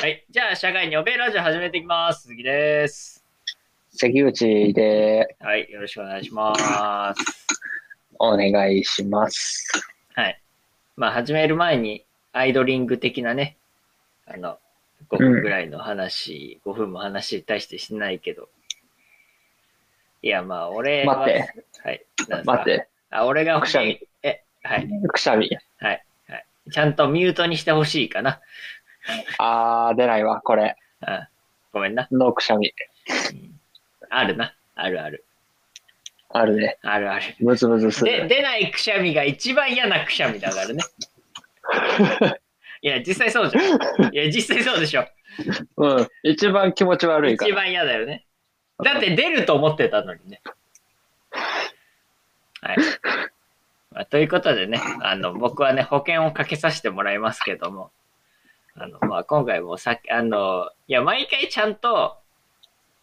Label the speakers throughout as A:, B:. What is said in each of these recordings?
A: はい。じゃあ、社外にオペラジオ始めていきます。鈴木です。
B: 関口で
A: はい。よろしくお願いします。
B: お願いします。
A: はい。まあ、始める前に、アイドリング的なね、あの、5分ぐらいの話、5分も話に対してしないけど。いや、まあ、俺は、
B: 待って、
A: はい。なんですか
B: 待っ。て、
A: あ、俺が欲し
B: くしゃ
A: い
B: み。
A: え、はい。
B: くしゃみ。
A: ちゃんとミュートにしてほしいかな。
B: あー、出ないわ、これ。
A: うん。ごめんな。
B: のくしゃみ。
A: うんあるな。あるある。
B: あるね。
A: あるある。
B: ムズムズす
A: で、
B: る。
A: 出ないくしゃみが一番嫌なくしゃみだからね。いや、実際そうじゃ ん。いや、実際そうでしょ。
B: うん。一番気持ち悪いか
A: 一
B: ら。
A: 番嫌だよね。だって出ると思ってたのにね。はい。まあ、ということでね、あの、僕はね、保険をかけさせてもらいますけども、あの、まあ、今回もさあの、いや、毎回ちゃんと、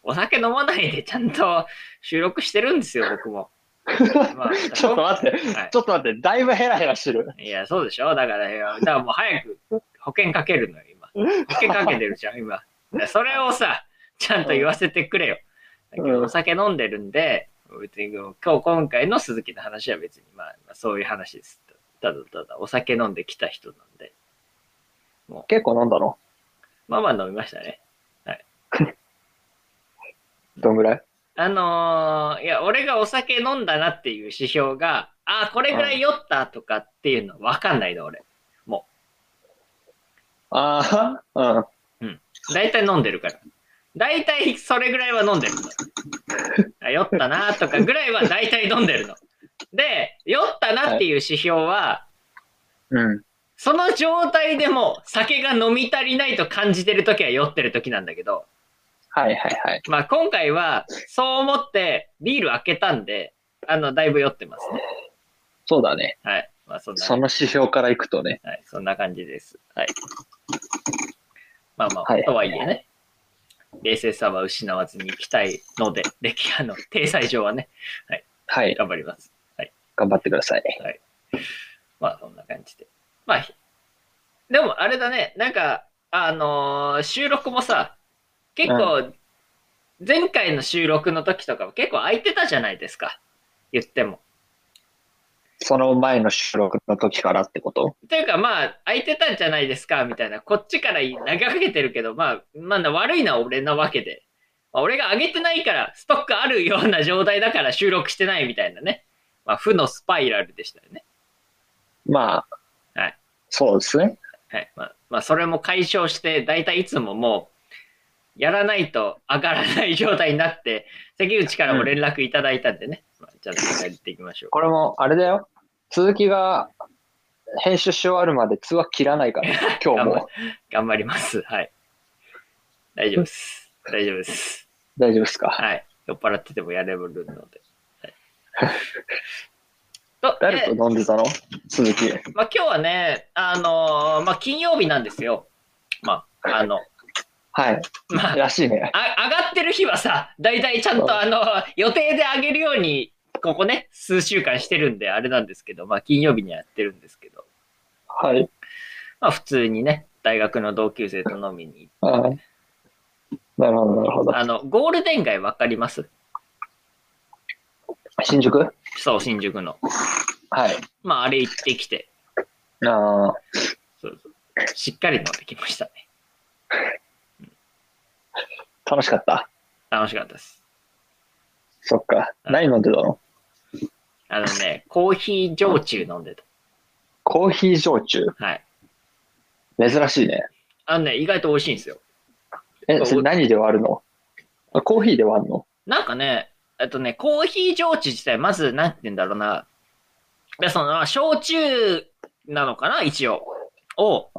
A: お酒飲まないでちゃんと収録してるんですよ、僕も。まあ
B: ちょっと待って、
A: はい
B: ちょっと待って、だいぶヘラヘラしてる。
A: いや、そうでしょだから、いやだからもう早く保険かけるのよ、今。保険かけてるじゃん、今。それをさ、ちゃんと言わせてくれよ。
B: うん
A: お酒飲んでるんで、別に今日今回の鈴木の話は別に、まあ、まあそういう話です。ただただ、お酒飲んできた人なんで。
B: 結構飲んだの
A: まあまあ飲みましたね。
B: どんぐらい
A: あのーいや、俺がお酒飲んだなっていう指標が、あー、これぐらい酔ったとかっていうのわかんないの、俺。
B: あー、うん。
A: 大体飲んでるから。大体それぐらいは飲んでるの。あ酔ったなとかぐらいは大体飲んでるの。で、酔ったなっていう指標は、
B: うん。
A: その状態でも酒が飲み足りないと感じてる時は酔ってる時なんだけど、
B: はいはいはい。
A: まあ今回はそう思ってビール開けたんで、あの、だいぶ酔ってますね。
B: そうだね。
A: はい。まあそんな
B: その指標からいくとね。
A: はい、そんな感じです。はい。まあまあ、
B: はい
A: とはいえね、冷静さは失わずに行きたいので、 でき、あの、体裁上はね、
B: はい。
A: 頑張ります。
B: 頑張ってください。
A: まあ、そんな感じで。まあ、ひでもあれだね、なんか、あのー収録もさ、結構、前回の収録の時とかも結構空いてたじゃないですか。言っても。
B: その前の収録の時からってこと
A: というかまあ、空いてたんじゃないですか、みたいな。こっちから投げかけてるけど、まあ、まあ、悪いのは俺なわけで。まあ俺が上げてないから、ストックあるような状態だから収録してないみたいなね。まあ、負のスパイラルでしたよね。
B: まあ、
A: はい
B: そうですね。
A: はい。まあ、まあ、それも解消して、だいたいいつももう、やらないと上がらない状態になって、関口からも連絡いただいたんでね。まあ、ちゃんと帰っていきましょう。
B: これも、あれだよ。鈴木が編集し終わるまで通話切らないから、 今日
A: 頑張
B: も。
A: 頑張ります。はい。大丈夫です。大丈夫です。
B: 大丈夫ですか
A: はい。酔っ払っててもやれるので。 はい、と
B: 誰
A: で
B: と飲んでたの鈴木。
A: まあ、今日はね、あのーまあ、金曜日なんですよ。まあ、あの、
B: はい。
A: まあ、
B: らしいね。
A: あ上がってる日はさ、大体ちゃん
B: うん
A: とあの、予定で上げるように、ここね、数週間してるんで、あれなんですけど、まあ、金曜日にはやってるんですけど、
B: はい。
A: まあ、普通にね、大学の同級生と飲みに
B: あーなるほど、なるほど。
A: あの、ゴールデン街わかります
B: 新宿はい。
A: そう、新宿の。まあ、あれ行ってきて、
B: ああ、
A: そうそうしっかり飲んできましたね。
B: 楽しかった。
A: 楽しかったです。
B: そっか。
A: うん
B: 何飲んでたの
A: あの ね、コーヒー焼酎飲んでた。
B: コーヒー焼酎。
A: はい。
B: 珍しいね。
A: あのね、意外と美味しいんですよ。
B: え、それ何で割るのあコーヒーで割るの
A: なんかね、えっとね、コーヒー焼酎自体、まず、なんて言うんだろうな。で、その、まあ焼酎なのかな、一応。を、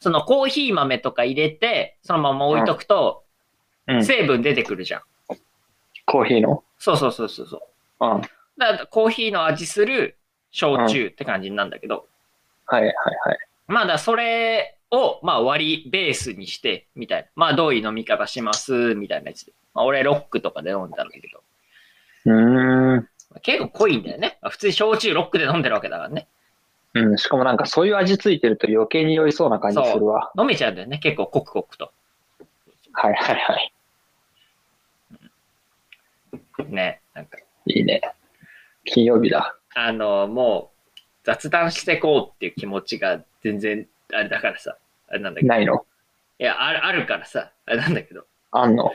A: そのコーヒー豆とか入れて、そのまま置いとくと、
B: うん。うん。
A: 成分出てくるじゃん。
B: コーヒーの
A: そうそうそうそうそう。
B: うん。はい
A: だからコーヒーの味する焼酎って感じなんだけど、
B: はいはい。
A: まあ、だからそれを、まあ、割りベースにして、みたいな。まあ、どういう飲み方します、みたいなやつで。まあ、俺、ロックとかで飲んだんだけど。
B: うーん。
A: まあ結構濃いんだよね。まあ普通に焼酎ロックで飲んでるわけだからね。
B: うん、しかもなんかそういう味ついてると余計に酔いそうな感じするわ。
A: 飲めちゃうんだよね、結構コクコクと。
B: はいはいはい。
A: ね、なんか、
B: いいね。金曜日だ。
A: あの、もう雑談してこうっていう気持ちが全然、あれだからさ、あれなんだけど、い
B: ないの
A: や、あるあるからさ、あれなんだけど、
B: あんの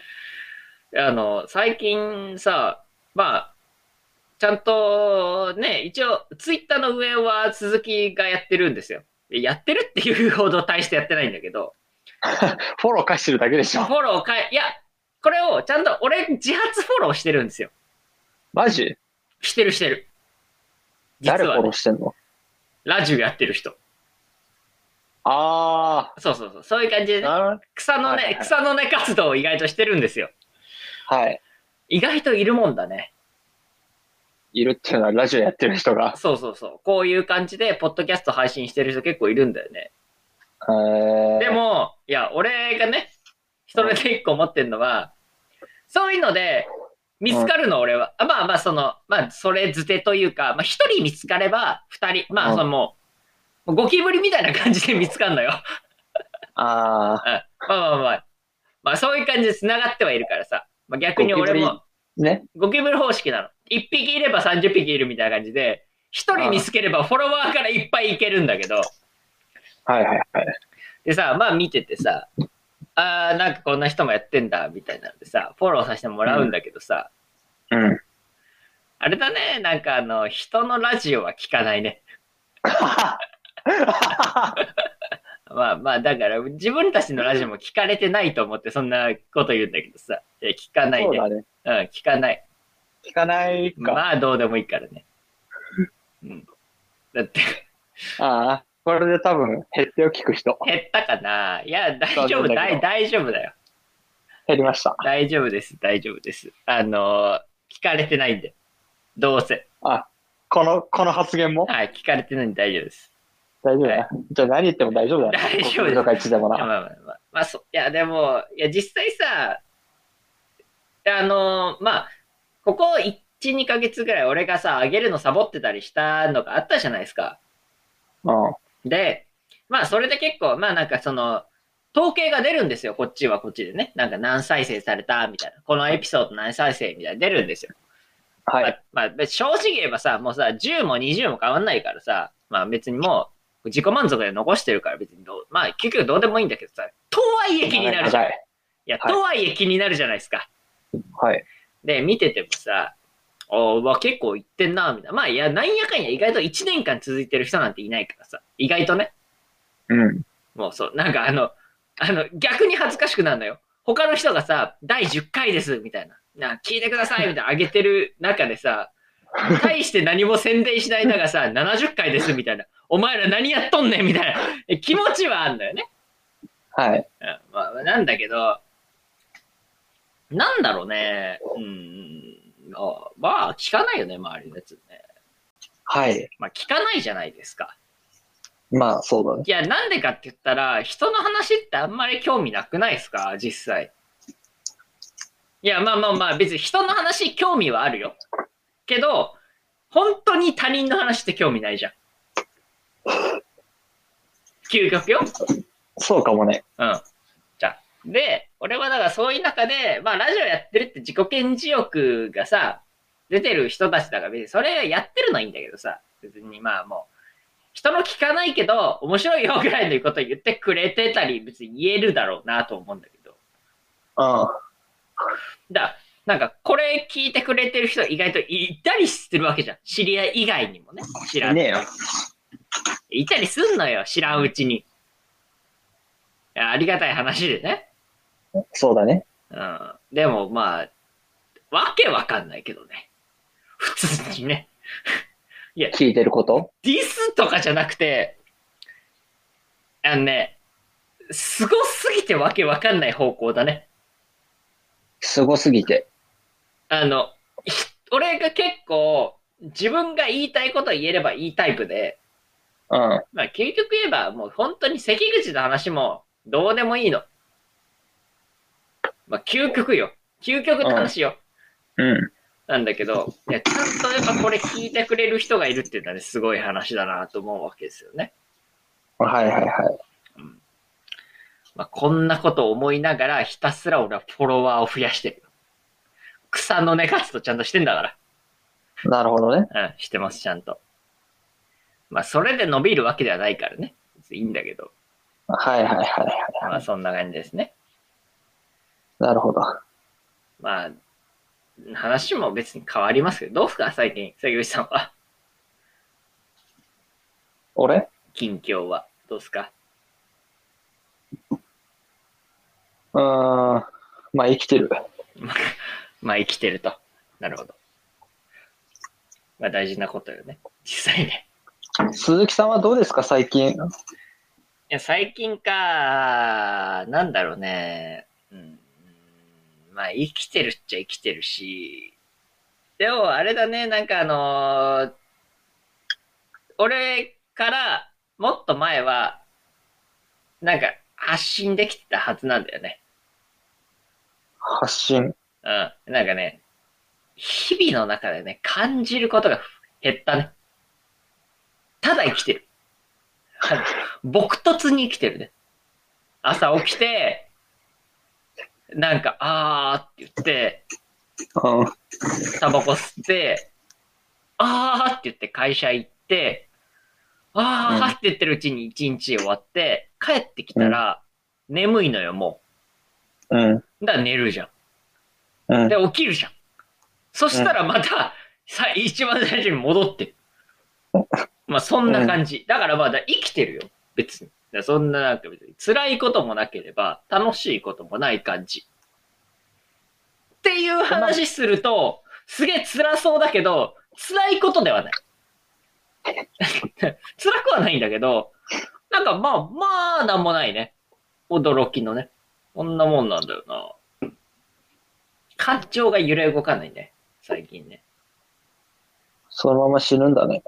A: あの、最近さ、まあ、ちゃんとね、一応、ツイッターの上は鈴木がやってるんですよ。やってるっていうほど大してやってないんだけど、
B: フォロー返してるだけでし
A: フ
B: ょ。
A: ォローかえ、いや、これをちゃんと俺自発フォローしてるんですよ。
B: マジ
A: してるしてる。実
B: 誰フ
A: は
B: ォロ
A: ね、
B: ーしてんの
A: ラジオやってる人。
B: あ
A: そうそうそう。そういう感じで
B: ー、
A: ね、
B: なる
A: 草の
B: はいはい
A: 根、
B: はい
A: 草の根活動を意外としてるんですよ。
B: はい。
A: 意外といるもんだね。
B: いるっていうのはラジオやってる人が。
A: そうそうそう。こういう感じで、ポッドキャスト配信してる人結構いるんだよね。
B: えー、
A: で、も、いや、俺がね、それで一個思ってんのは、そういうので、見つかるの、俺は。あまあまあ、その、まあ、それ捨てというか、まあ、一人見つかれば、二人、ま
B: う
A: あ、
B: ん
A: そのもう、ゴキブリみたいな感じで 見つかるのよ。
B: あ
A: うんまあまあまあ。まあ、そういう感じで繋がってはいるからさ。まあ、逆に俺も、
B: ー、ね。
A: ゴキブリ方式なの。一匹いれば30匹いるみたいな感じで、一人見つければフォロワーからいっぱいいけるんだけど、
B: はいはいはい。
A: でさ、まあ見ててさ、あーなんかこんな人もやってんだ、みたいなんでさ、フォローさせてもらうんだけどさ、
B: うん。
A: あれだね、なんかあの、人のラジオは聞かないね。まあまあ、だから自分たちのラジオも聞かれてないと思ってそんなこと言うんだけどさ、え聞か ない
B: そう
A: ね。
B: だね。
A: うん、聞かない。
B: 聞かないか。
A: まあどうでもいいからね。うん。だっ て、
B: ああ、これで多分、減ってを聞く人、
A: 減ったかないや、大丈
B: そう
A: 夫、
B: なんだけ
A: 大
B: ど
A: 大丈夫だよ。
B: 減りました。
A: 大丈夫です、大丈夫です。あの、聞かれてないんで。どうせ。
B: あ、この、この発言も
A: はい、聞かれてないんで大丈夫です。
B: 大丈夫
A: はい
B: だ。じゃあ何言っても大丈夫だな。
A: 大丈夫です
B: 国民とかいつでも
A: いや
B: な。
A: まあまあまあ、まあ、そういやでもいや実際さあのまあここ12ヶ月ぐらい俺がさ上げるのサボってたりしたのがあったじゃないですか
B: うん。
A: でまあそれで結構まあなんかその統計が出るんですよこっちはこっちでねなんか何再生されたみたいなこのエピソード何再生みたいな出るんですよ、
B: はい。
A: まあ、まあ別に正直言えばさもうさ10も20も変わんないからさまあ別にもう自己満足で残してるから別にどうまあ結局どうでもいいんだけどさとはいえ気になるじゃん
B: 長い。
A: いや、
B: はい
A: とはいえ気になるじゃないですか。
B: はい。
A: で、見ててもさ、おーうわ、結構いってんな、みたいな。まあ、いや、なんやかんや意外と1年間続いてる人なんていないからさ、意外とね、
B: うん。
A: もうそう、なんかあの、あの、逆に恥ずかしくなるのよ。他の人がさ、第10回です、みたいな。なあ聞いてください、みたいな、あげてる中でさ、大して何も宣伝しないだがさ、70回です、みたいな。お前ら何やっとんねん、みたいな。え気持ちはあんだよね。
B: はい。
A: うんまあ、なんだけど、なんだろうね。うん。あまあ、聞かないよね、周りのやつね。
B: はい。
A: まあ、聞かないじゃないですか。
B: まあ、そうだね。
A: いや、なんでかって言ったら、人の話ってあんまり興味なくないですか、実際。いや、まあまあまあ、別に人の話興味はあるよ。けど、本当に他人の話って興味ないじゃん。究極よ。
B: そうかもね。
A: うん。じゃあで、俺はだからそういう中で、まあラジオやってるって自己顕示欲がさ、出てる人たちだから別に、それやってるのはいいんだけどさ、別にまあもう、人の聞かないけど、面白いよぐらいのこと言ってくれてたり、別に言えるだろうなと思うんだけど。
B: うん。
A: だなんか、これ聞いてくれてる人意外といたりするわけじゃん。知り合い以外にもね。知ら
B: い
A: ん
B: ね。えよ。
A: いたりすんのよ、知らんうちに。いやありがたい話でね。
B: そうだね。
A: うんでもまあ、わけわかんないけどね。普通にね。
B: 聞いてること
A: ディスとかじゃなくて、あのね、すごすぎてわけわかんない方向だね。
B: すごすぎて。
A: あの、ひ俺が結構、自分が言いたいことを言えればいいタイプで、
B: うん。
A: まあ究極言えばもう本当に関口の話もどうでもいいの。まあ究極よ。究極の話よ。
B: うん。
A: なんだけど、いや、ちゃんとやっぱこれ聞いてくれる人がいるっていうのはね、すごい話だなと思うわけですよね。
B: はいはいはい。
A: まあ、こんなことを思いながら、ひたすら俺はフォロワーを増やしてる。草の根活動ちゃんとしてんだか
B: なるほどね。
A: ら。うん、してます、ちゃんと。まあ、それで伸びるわけではないからね。別にいいんだけど。
B: はいはいはいはい。
A: まあ、そんな感じですね。
B: なるほど。
A: まあ、話も別に変わりますけど、どうすか最近、関口さんは。
B: 俺
A: 近況は。どうすか
B: うーん。まあ生きてる。
A: まあ、生きてると。なるほど。まあ、大事なことよね。実際ね。
B: 鈴木さんはどうですか最近。
A: いや、最近か、なんだろうね。うん。まあ、生きてるっちゃ生きてるし。でも、あれだね、なんかあのー俺からもっと前は、なんか発信できてたはずなんだよね。
B: 発信。
A: うん。なんかね、日々の中でね、感じることが減ったね。ただ生きてる。あの朴突に生きてるね。朝起きて、なんか、あーって言って、
B: うん。
A: タバコ吸って、あーって言って会社行って、あーって言ってるうちに一日終わって、帰ってきたら、眠いのよ、も
B: うん。
A: う。だから寝るじゃん。
B: うん
A: で、。起きるじゃん。そしたらまた、さ、一番最初に戻 ってる。まあ、そんな感じ。だからまあだ生きてるよ。別に。だからそんななんか別に辛いこともなければ、楽しいこともない感じ。っていう話すると、すげえ辛そうだけど、辛いことではない。 辛くはないんだけど、なんかまあ、まあ、なんもないね。驚きのね。こんなもんなんだよな。感情が揺れ動かないね。最近ね。
B: そのまま死ぬんだね。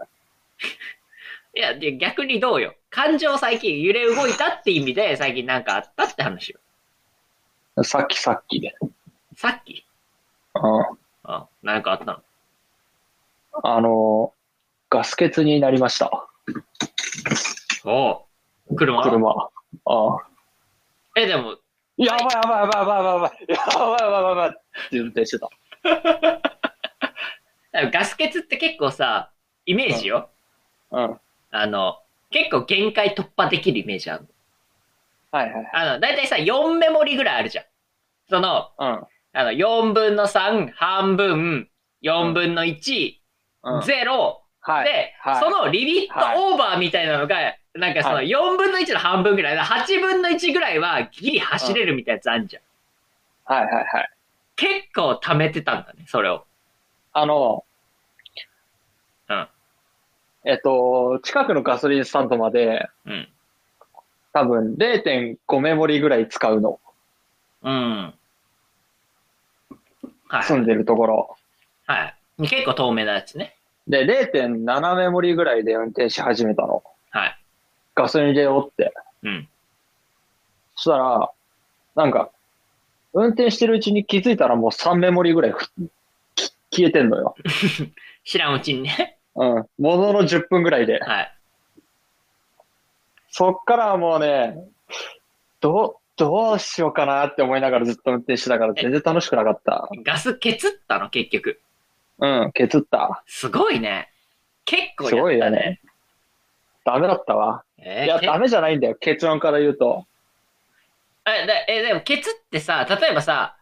A: いや、で逆にどうよ。感情最近揺れ動いたって意味で、最近なんかあったって話よ。
B: さっきさっきで。
A: さっき。
B: うん。
A: あ、なんかあったの。
B: あの、ガス欠になりました。
A: おう車
B: 車。ああ。
A: え、でも、
B: やばいやばいやばいやばいやばい。やばいやばいやばい。って運転してた。
A: ガス欠って結構さ、イメージよ。
B: うん。はい
A: あの、結構限界突破できるイメージあるの。
B: はい。
A: あの、だいたいさ、4メモリぐらいあるじゃん。その、あの、4分の3、半分、4分の1、
B: うん。うん。
A: 0、
B: はい。
A: で、
B: はい
A: そのリミットオーバーみたいなのが、なんかその
B: は
A: 4分の1の半分ぐらい、8分の1ぐらいはギリ走れるみたいなやつあんじゃん。
B: はいはいはい。
A: 結構溜めてたんだね、それを。
B: あの、
A: うん。
B: えっと、近くのガソリンスタンドまで、
A: うん。
B: 多分0.5メモリぐらい使うの。
A: うん。は
B: 住
A: い。
B: んでるところ。
A: はい。結構透明なやつね。
B: で、0.7メモリぐらいで運転し始めたの。
A: はい。
B: ガソリン入れようって。
A: うん。
B: そしたら、なんか、運転してるうちに気づいたらもう3メモリぐらいふき消えてんのよ。
A: 知らんうちに ね。
B: うん。ものの10分ぐらいで。
A: はい。
B: そっからはもうね、どう、どうしようかなって思いながらずっと運転してたから全然楽しくなかった。
A: ガスケツったの、結局。
B: うん、削った。
A: すごいね。結構
B: すごい
A: や
B: よ
A: ったね
B: ね。。ダメだったわ。
A: え
B: い
A: ー
B: や、
A: け
B: ダメじゃないんだよ。結論から言うと。
A: えだえでも、ケツってさ、例えばさ、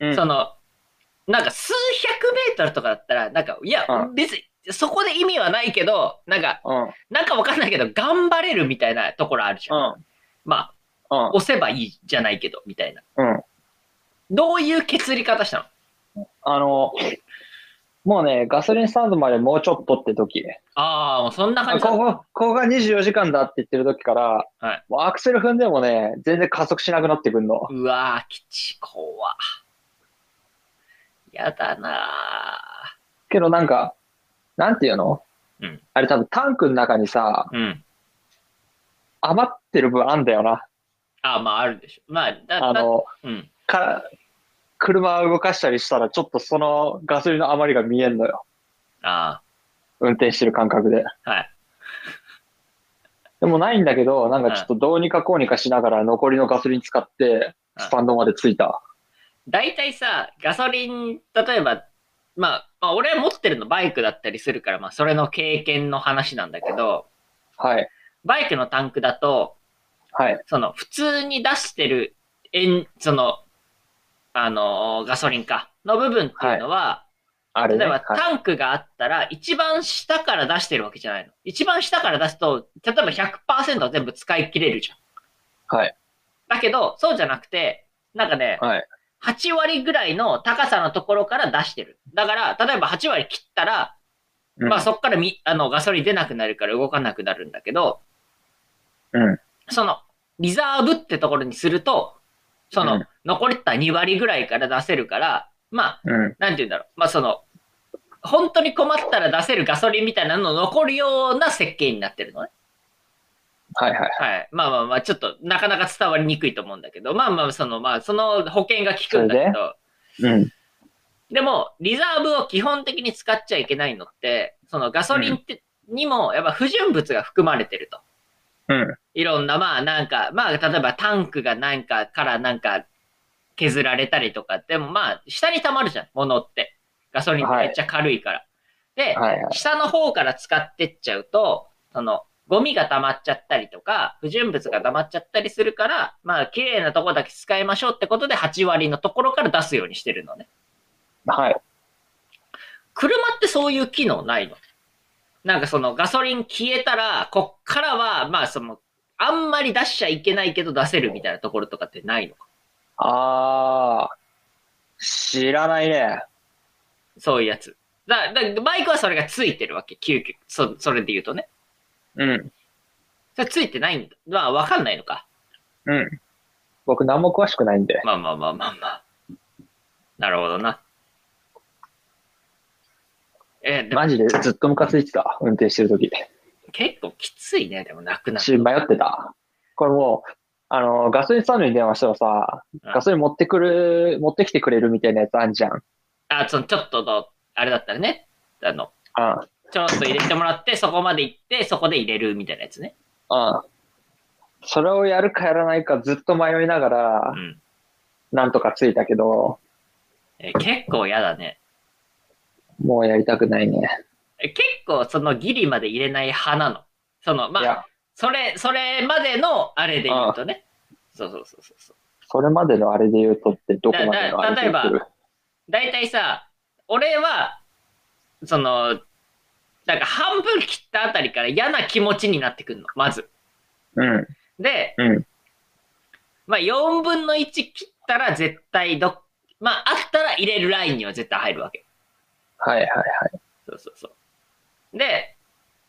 B: うん
A: その、なんか数百メートルとかだったら、なんか、いや、
B: う
A: 別に、そこで意味はないけど、なんか、
B: うん、うん、
A: なんかわかんないけど、頑張れるみたいなところあるじゃん。まあ、
B: う
A: 押せばいいじゃないけど、みたいな。
B: ん、うん。
A: どういう削り方したの
B: あの、もうね、ガソリンスタンドまでもうちょっとって時。
A: ああ、もうそんな
B: あ
A: 感じだ
B: ここ、ここが24時間だって言ってる時から、
A: はい
B: もうアクセル踏んでもね、全然加速しなくなってくんの。
A: うわー、きち、怖。やだな
B: けどなんか、なんていうの、
A: うん
B: あれ多分タンクの中にさ、
A: ー。うん。
B: 余ってる分あんだよな。
A: ああ、まあ、あるでしょ。まあ、だ、だ
B: あの、
A: うん。
B: か車動かしたりしたら、ちょっとそのガソリンの余りが見えんのよ。
A: あ
B: 運転してる感覚で。
A: あ、はい。
B: でもないんだけど、なんかちょっとどうにかこうにかしながら残りのガソリン使って、スタンドまで着いた。
A: 大体さ、ガソリン、例えば、まあ、まあ、俺持ってるのバイクだったりするから、まあ、それの経験の話なんだけど、
B: はい。
A: バイクのタンクだと、
B: はい。
A: その、普通に出してる、えん、その、あのーガソリンか、の部分っていうのは、
B: あれね。
A: 例えば
B: はい、
A: タンクがあったら、一番下から出してるわけじゃないの。一番下から出すと、例えば100%は全部使い切れるじゃん。
B: はい。
A: だけど、そうじゃなくて、なんかね、
B: はい。
A: 8割ぐらいの高さのところから出してる。だから、例えば8割切ったら、
B: うん
A: まあそこからみあのガソリン出なくなるから動かなくなるんだけど、
B: うん。
A: その、リザーブってところにすると、そうの
B: ん、
A: 残りった2割ぐらいから出せるから、まあ、
B: うん。
A: なんて言うんだろう。まあその、本当に困ったら出せるガソリンみたいなのの残るような設計になってるのね。
B: はいはい。
A: はい。まあまあまあ、ちょっとなかなか伝わりにくいと思うんだけど、まあまあ、その、まあ、その保険が効くんだけ
B: それ
A: ど、
B: うん。
A: でも、リザーブを基本的に使っちゃいけないのって、そのガソリンって、にも、やっぱ不純物が含まれてると。
B: うん。
A: いろんな、まあなんか、まあ例えばタンクがなんかからなんか削られたりとか、でもまあ下に溜まるじゃん、物って。ガソリンってめっちゃ軽いから。で、
B: はいはい。
A: 下の方から使ってっちゃうと、その、ゴミが溜まっちゃったりとか、不純物が溜まっちゃったりするから、まあ綺麗なとこだけ使いましょうってことで8割のところから出すようにしてるのね。
B: はい。
A: 車ってそういう機能ないのなんかそのガソリン消えたら、こっからは、まあその、あんまり出しちゃいけないけど出せるみたいなところとかってないのか
B: あー。知らないね。
A: そういうやつ。だ、だ、バイクはそれがついてるわけ。究極。そ、それで言うとね。
B: うん。
A: それついてないんだ。まあわかんないのか。
B: うん。僕何も詳しくないんで。
A: まあまあまあまあまあ。なるほどな。え、でも
B: マジでずっとムカついてた。運転してる時
A: 結構きついね。でもなくなる
B: し、迷ってた。これもう、あの、ガソリンスタンドに電話したらさ、
A: うん
B: ガソリン持ってくる、持ってきてくれるみたいなやつあんじゃん。
A: あ、そのちょっとの、あれだったらね。あの、
B: うん。
A: ちょっと入れてもらって、そこまで行って、そこで入れるみたいなやつね。
B: うん。それをやるかやらないかずっと迷いなが
A: う
B: ら、
A: ん。
B: なんとかついたけど、
A: え結構嫌だね。
B: もうやりたくないね。
A: え結構そのギリまで入れない派なの。その、ま
B: いや
A: あ、、それ、それまでのあれで言うとね。そうそうそうそうそう。
B: それまでのあれで言うとってどこまでのあれ
A: だ
B: で
A: だ
B: 言
A: 例え
B: う
A: 大体さ、俺は、その、なんか半分切ったあたりから嫌な気持ちになってくるの、まず。
B: うん、
A: で、
B: うん、
A: まあ4分の1切ったら絶対どっ、まああったら入れるラインには絶対入るわけ。
B: はいはいはい。
A: そうそうそう。で、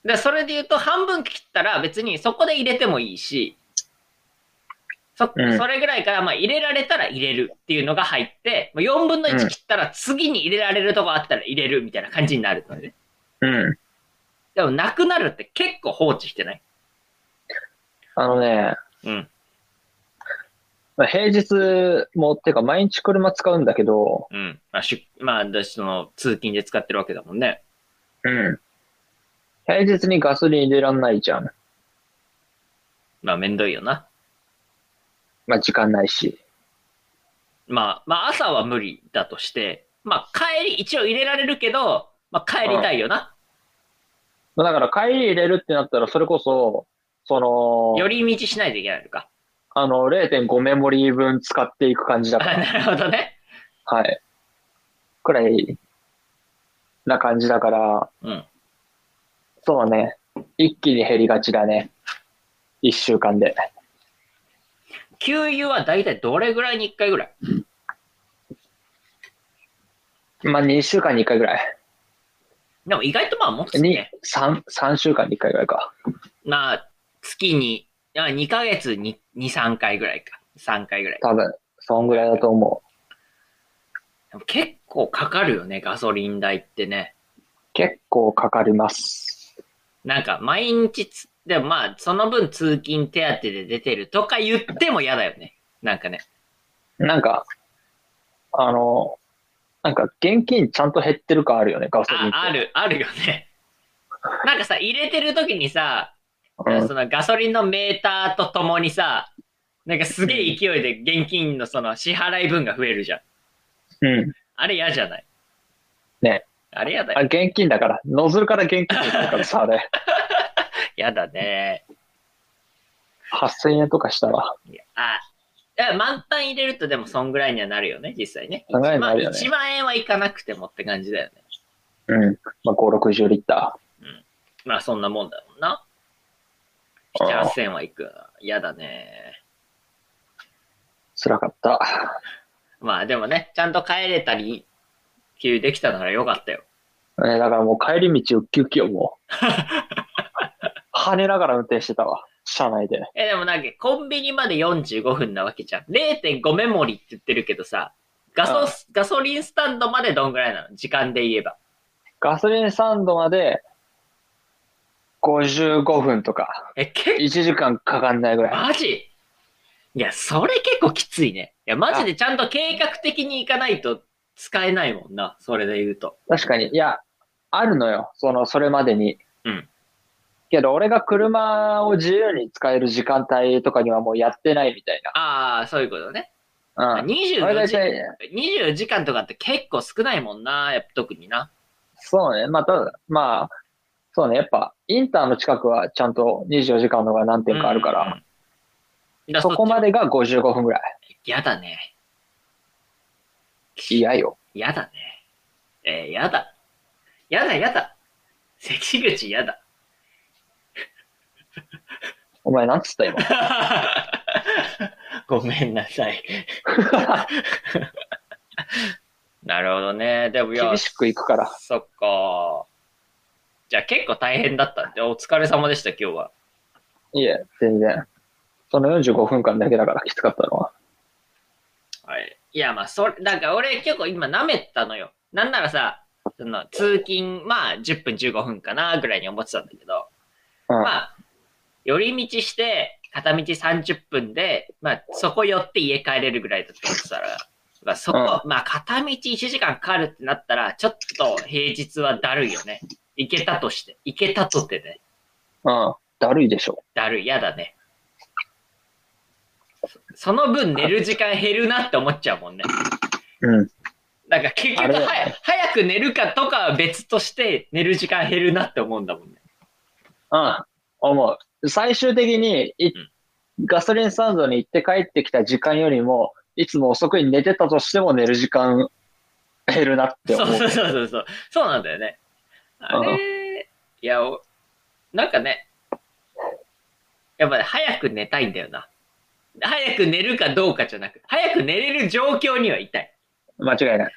A: で、それで言うと半分切ったら別にそこで入れてもいいし、そ、
B: うん
A: それぐらいから、まあ入れられたら入れるっていうのが入って、もう4分の
B: うん
A: 1切ったら次に入れられるとこあったら入れるみたいな感じになるのね。
B: うん。
A: でもなくなるって結構放置してない
B: あのね、
A: うん。
B: まあ平日も、てか毎日車使うんだけど、
A: うん。まあ、しゅまあ、だしその、通勤で使ってるわけだもんね。
B: うん。平日にガソリン入れらんないじゃん。
A: まあ、めんどいよな。
B: まあ時間ないし。
A: まあ、まあ、朝は無理だとして、まあ、帰り、一応入れられるけど、まあ、帰りたいよな。
B: まあだから帰り入れるってなったら、それこそ、その、
A: 寄り道しないといけないのか。
B: あの、0.5メモリー分使っていく感じだ
A: あ
B: から。
A: なるほどね。
B: はい。くらい、な感じだから、
A: うん。
B: そうね。一気に減りがちだね。一週間で。
A: 給油は大体どれぐらいに1回ぐらい
B: まあ、二週間に一回ぐらい。
A: でも意外とまあ持つ
B: に
A: ね。、
B: 三、三週間に一回ぐらいか。
A: まあ、月に、あ2ヶ月に2、3回ぐらいか。3回ぐらい。
B: 多分、そんぐらいだと思う。
A: でも結構かかるよね、ガソリン代ってね。
B: 結構かかります。
A: なんか毎日つ、でもまあ、その分通勤手当で出てるとか言っても嫌だよね。なんかね。
B: なんか、あの、なんか現金ちゃんと減ってる感あるよね、ガソリンっ
A: あ、
B: て。
A: ある、あるよね。なんかさ、入れてる時にさ、
B: うん。
A: そのガソリンのメーターとともにさ、なんかすげえ勢いで現金のその支払い分が増えるじゃん。
B: うん。
A: あれ嫌じゃない
B: ね。
A: あれ嫌だ
B: あ、
A: よ。
B: 現金だから。ノズルから現金 だからさ、あれ。
A: 嫌だね。
B: 8000円とかしたら。
A: いやあ、いや満タン入れるとでもそんぐらいにはなるよね、実際ね。
B: そんぐらいになるよね
A: 1万円はいかなくてもって感じだよね。
B: うん。まあ、5、60リッタ
A: まあそんなもんだもんな。
B: あ
A: 7、
B: あ
A: 8000は行く。嫌だね。
B: ー。辛かった。
A: まあでもね、ちゃんと帰れたり、給油できたならよかったよ。
B: ね、だからもう帰り道ウッキウキよ、もう。跳ねながら運転してたわ。車内で。
A: え、でもなんか、コンビニまで45分なわけじゃん。0.5メモリって言ってるけどさ、ガソ、
B: ああ
A: ガソリンスタンドまでどんぐらいなの時間で言えば。
B: ガソリンスタンドまで55分とか、
A: え、結構、
B: 1時間かかんないぐらい。
A: マジいや、それ結構きついね。いや、マジでちゃんと計画的に行かないと使えないもんな。それで言うと。
B: 確かに。いや、あるのよ。その、それまでに。
A: うん。
B: けど、俺が車を自由に使える時間帯とかにはもうやってないみたい
A: ああ、そういうことね。
B: な。うん。俺
A: 24
B: 大
A: 時
B: 体、
A: 24時間とかって結構少ないもんな、やっぱ特にな。
B: そうね。まあ、ただ、まあ、そうね。やっぱ、インターの近くはちゃんと24時間のが何点かあるか
A: うんうんう
B: ら、
A: ん。だ
B: そこま
A: で。
B: でが55分ぐらい。
A: やだね。
B: 嫌よ。
A: やだね。えー、やだ。やだやだ。関口やだ。
B: お前なんつった今。
A: ごめんなさい。なるほどね。で もいや、
B: 厳しくいくから。
A: そっか。じゃあ結構大変だったんで、お疲れ様でした、今日は。
B: いえ、全然。その45分間だけだからきつかったのは。
A: はい。いや、まあ、それ、なんか俺結構今舐めてたのよ。なんならさ、その通勤、まあ、10分15分かな、ぐらいに思ってたんだけど、
B: うん
A: まあ、寄り道して、片道30分で、まあ、そこ寄って家帰れるぐらいだと思ってたら、まあ、そこ、まあ、片道1時間かかるってなったら、ちょっと平日はだるいよね。行けたとして、行けたとってね、
B: うん。だるいでしょ。
A: だるい、やだね。そその分寝る時間減るなって思っちゃうもんね。
B: うん。
A: なんか結
B: あ
A: 局
B: れだ
A: は
B: よね
A: 早く寝るかとかは別として寝る時間減るなって思うんだもんね。
B: うん。思う。最終的にい
A: うん
B: ガソリンスタンドに行って帰ってきた時間よりも、いつも遅くに寝てたとしても寝る時間減るなって
A: そ
B: 思
A: う
B: う。
A: そうそうそうそう。そうなんだよね。あれ、いや、おなんかね、やっぱね、早く寝たいんだよな。早く寝るかどうかじゃなく、早く寝れる状況にはいたい。
B: 間違いない。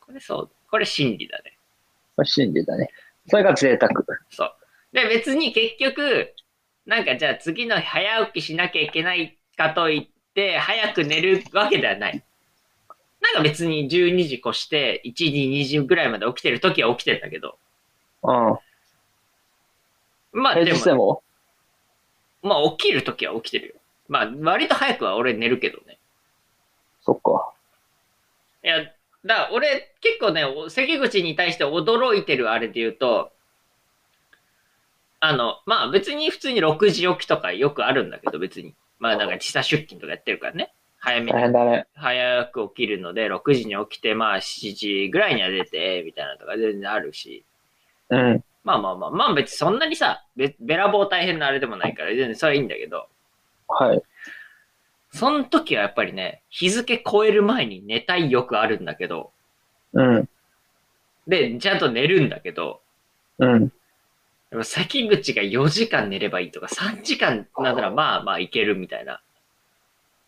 A: これそう、これ真理だね。
B: 真理だね。それが贅沢。
A: そう。で、別に結局、なんかじゃあ次の日早起きしなきゃいけないかといって、早く寝るわけではない。なんか別に12時越して、1時、2時ぐらいまで起きてる時は起きてんだけど。
B: うん。
A: まあ
B: 平
A: で
B: 日で
A: も、
B: も、
A: まあ起きる時は起きてるよ。まあ割と早くは俺寝るけどね。
B: そっか。
A: いや、だから俺結構ね、お関口に対して驚いてるあれで言うと、あの、まあ別に普通に6時起きとかよくあるんだけど別に。まあなんか時差出勤とかやってるからね。早め
B: 大
A: に、
B: 変だね。
A: 早く起きるので6時に起きてまあ7時ぐらいには出て、みたいなのとか全然あるし。
B: うん。
A: まあまあまあ、まあ別にそんなにさ、べべらぼう大変なあれでもないから全然それはいいんだけど、
B: はい。
A: その時はやっぱりね、日付超える前に寝たい欲あるんだけど、
B: うん。
A: で、ちゃんと寝るんだけど、
B: うん。
A: でも先口が4時間寝ればいいとか、3時間ならまあまあいけるみたいな。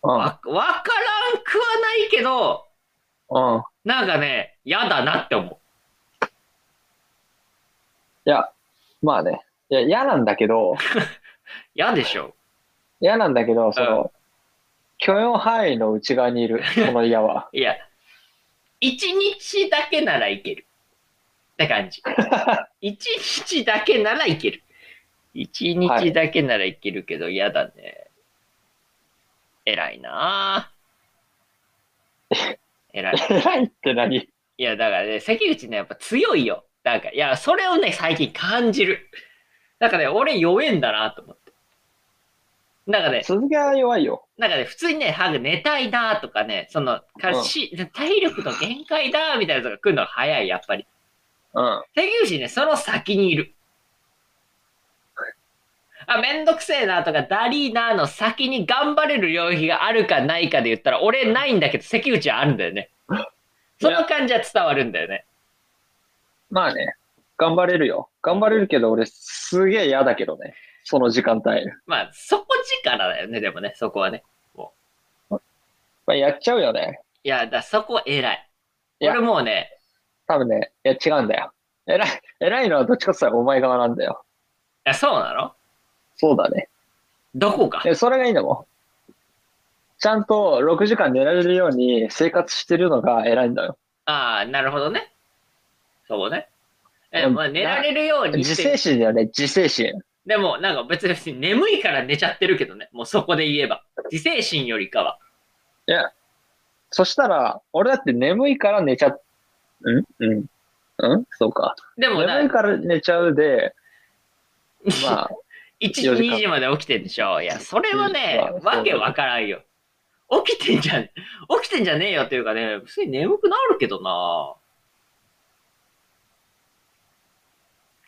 B: うん。
A: わ、わからんくはないけど、
B: うん。
A: なんかね、嫌だなって思
B: いや、まあね。いや、嫌なんだけ ど、
A: う。嫌でしょ。
B: 嫌なんだけど、その、許容範囲の内側にいる、この嫌は
A: いや、1日だけならいける。って感じ。1日だけならいける。1日だけならいけるけど嫌だね。偉いなぁ。偉い。
B: 偉いって何
A: いや、だからね、関口ね、やっぱ強いよ。なんか、いや、それをね、最近感じる。なんかね、俺弱えんだなと思って。なんかね、
B: 鈴木は弱いよ。
A: なんかね、普通にね、ハグ寝たいなとかね、その、かし体力の限界だみたいなのが来るのが早い、やっぱり。
B: うん。
A: 関口ね、その先にいる。あ、めんどくせえなとか、ダリーナの先に頑張れる領域があるかないかで言ったら、俺ないんだけど、関口はあるんだよね。その感じは伝わるんだよね。
B: まあね、頑張れるよ。頑張れるけど、俺すげえ嫌だけどね。その時間帯。
A: まあ、底力だよね、でもね、そこはね。
B: まあ、やっちゃうよね。
A: いや、だそこ偉い。
B: いや
A: 俺もうね、
B: 多分ね、いや違うんだよ。偉い、偉いのはどっちかって言ったらお前側なんだよ。
A: いやそうなの
B: そうだね。
A: どこか。
B: え、それがいいんだもん。ちゃんと6時間寝られるように生活してるのが偉いんだよ。
A: ああ、なるほどね。そうね。え、
B: うん
A: まあ、寝られるように
B: 自
A: し
B: 制
A: て。
B: 心だよね、自制心。
A: でも、なんか別に眠いから寝ちゃってるけどね。もうそこで言えば。自制心よりかは。
B: いや、そしたら、俺だって眠いから寝ちゃ、んうん。うんそうか。
A: でもな
B: 眠い、から寝ちゃうで、
A: まあ、
B: まあ、
A: 1時、
B: 4時間
A: 2時まで起きてんでしょ。いや、それはね、
B: うんまあ
A: わけわからんよ。起きてんじゃん、 起きてんじゃねえよっていうかね、普通に眠くなるけどない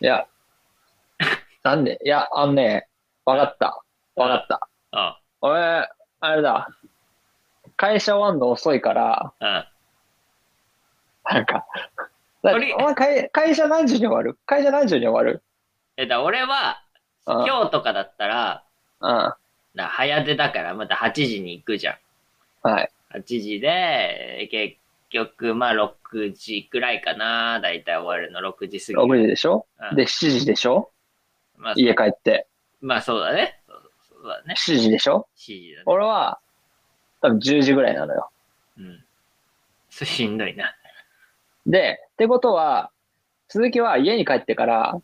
B: や、なんで、いや、あのね、わかった。わかった。
A: あ
B: 俺、あれだ。会社終わんの遅いから、
A: うん。
B: なんか、だ
A: とり
B: お前会会社何時に終わる会社何時に終わる
A: え、だから俺は、
B: うん
A: 今日とかだったら、
B: うん。は
A: な早出だからまた8時に行くじゃ
B: い。
A: ん。8時で、え結局、まあ6時くらいかな。だいたい終わるの6時過ぎ。
B: 6時でしょ
A: うん
B: で、7時でしょ
A: まあ、
B: 家帰って。
A: まあそうだね。そうそうそうだね。
B: 7時でしょ
A: 7時だね。
B: 俺は、多分10時ぐらいなのよ。
A: うん。それしんどいな。
B: で、ってことは、鈴木は家に帰ってから、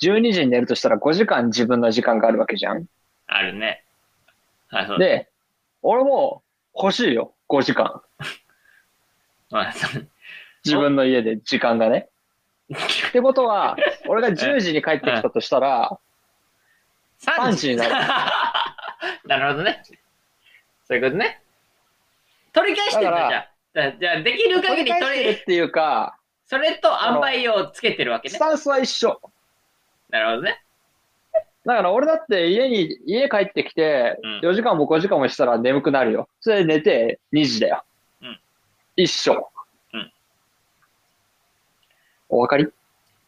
B: 12時に寝るとしたら5時間自分の時間があるわけじゃん。
A: あるね。あ、そう。
B: で、俺も欲しいよ、5時間。
A: まあ、そう。
B: 自分の家で時間がね。ってことは、俺が10時に帰ってきたとしたら、
A: 3
B: 3時になる
A: なるほどね。そういうことね。取り返してんだ、
B: だから
A: じゃあ。だじゃあ、できる限
B: 取
A: り
B: り返
A: 取
B: して
A: り
B: る、っていうか、
A: それと塩梅をつけてるわけ
B: ス
A: ね。
B: タンスは一緒。
A: なるほどね。
B: だから俺だって家に、家帰ってきて
A: うん、
B: 4時間も5時間もしたら眠くなるよ。それで寝て2時だよ。
A: うん
B: 一緒。
A: うん
B: お分かり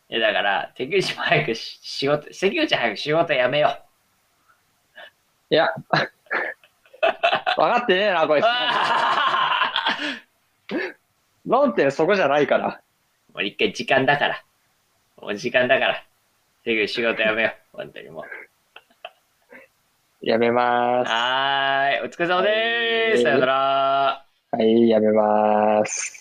A: え、だから、関口も早くし仕事、関口早く仕事やめよう。
B: いや、分かってねえな、こいつ。
A: あー
B: 論点そこじゃないから。
A: もう一回時間だから。もう時間だから。関口仕事やめよう。本当にもう。
B: やめまーす。
A: はーい。お疲れ様でー
B: は
A: す。
B: い
A: さよなら。
B: はい、やめまーす。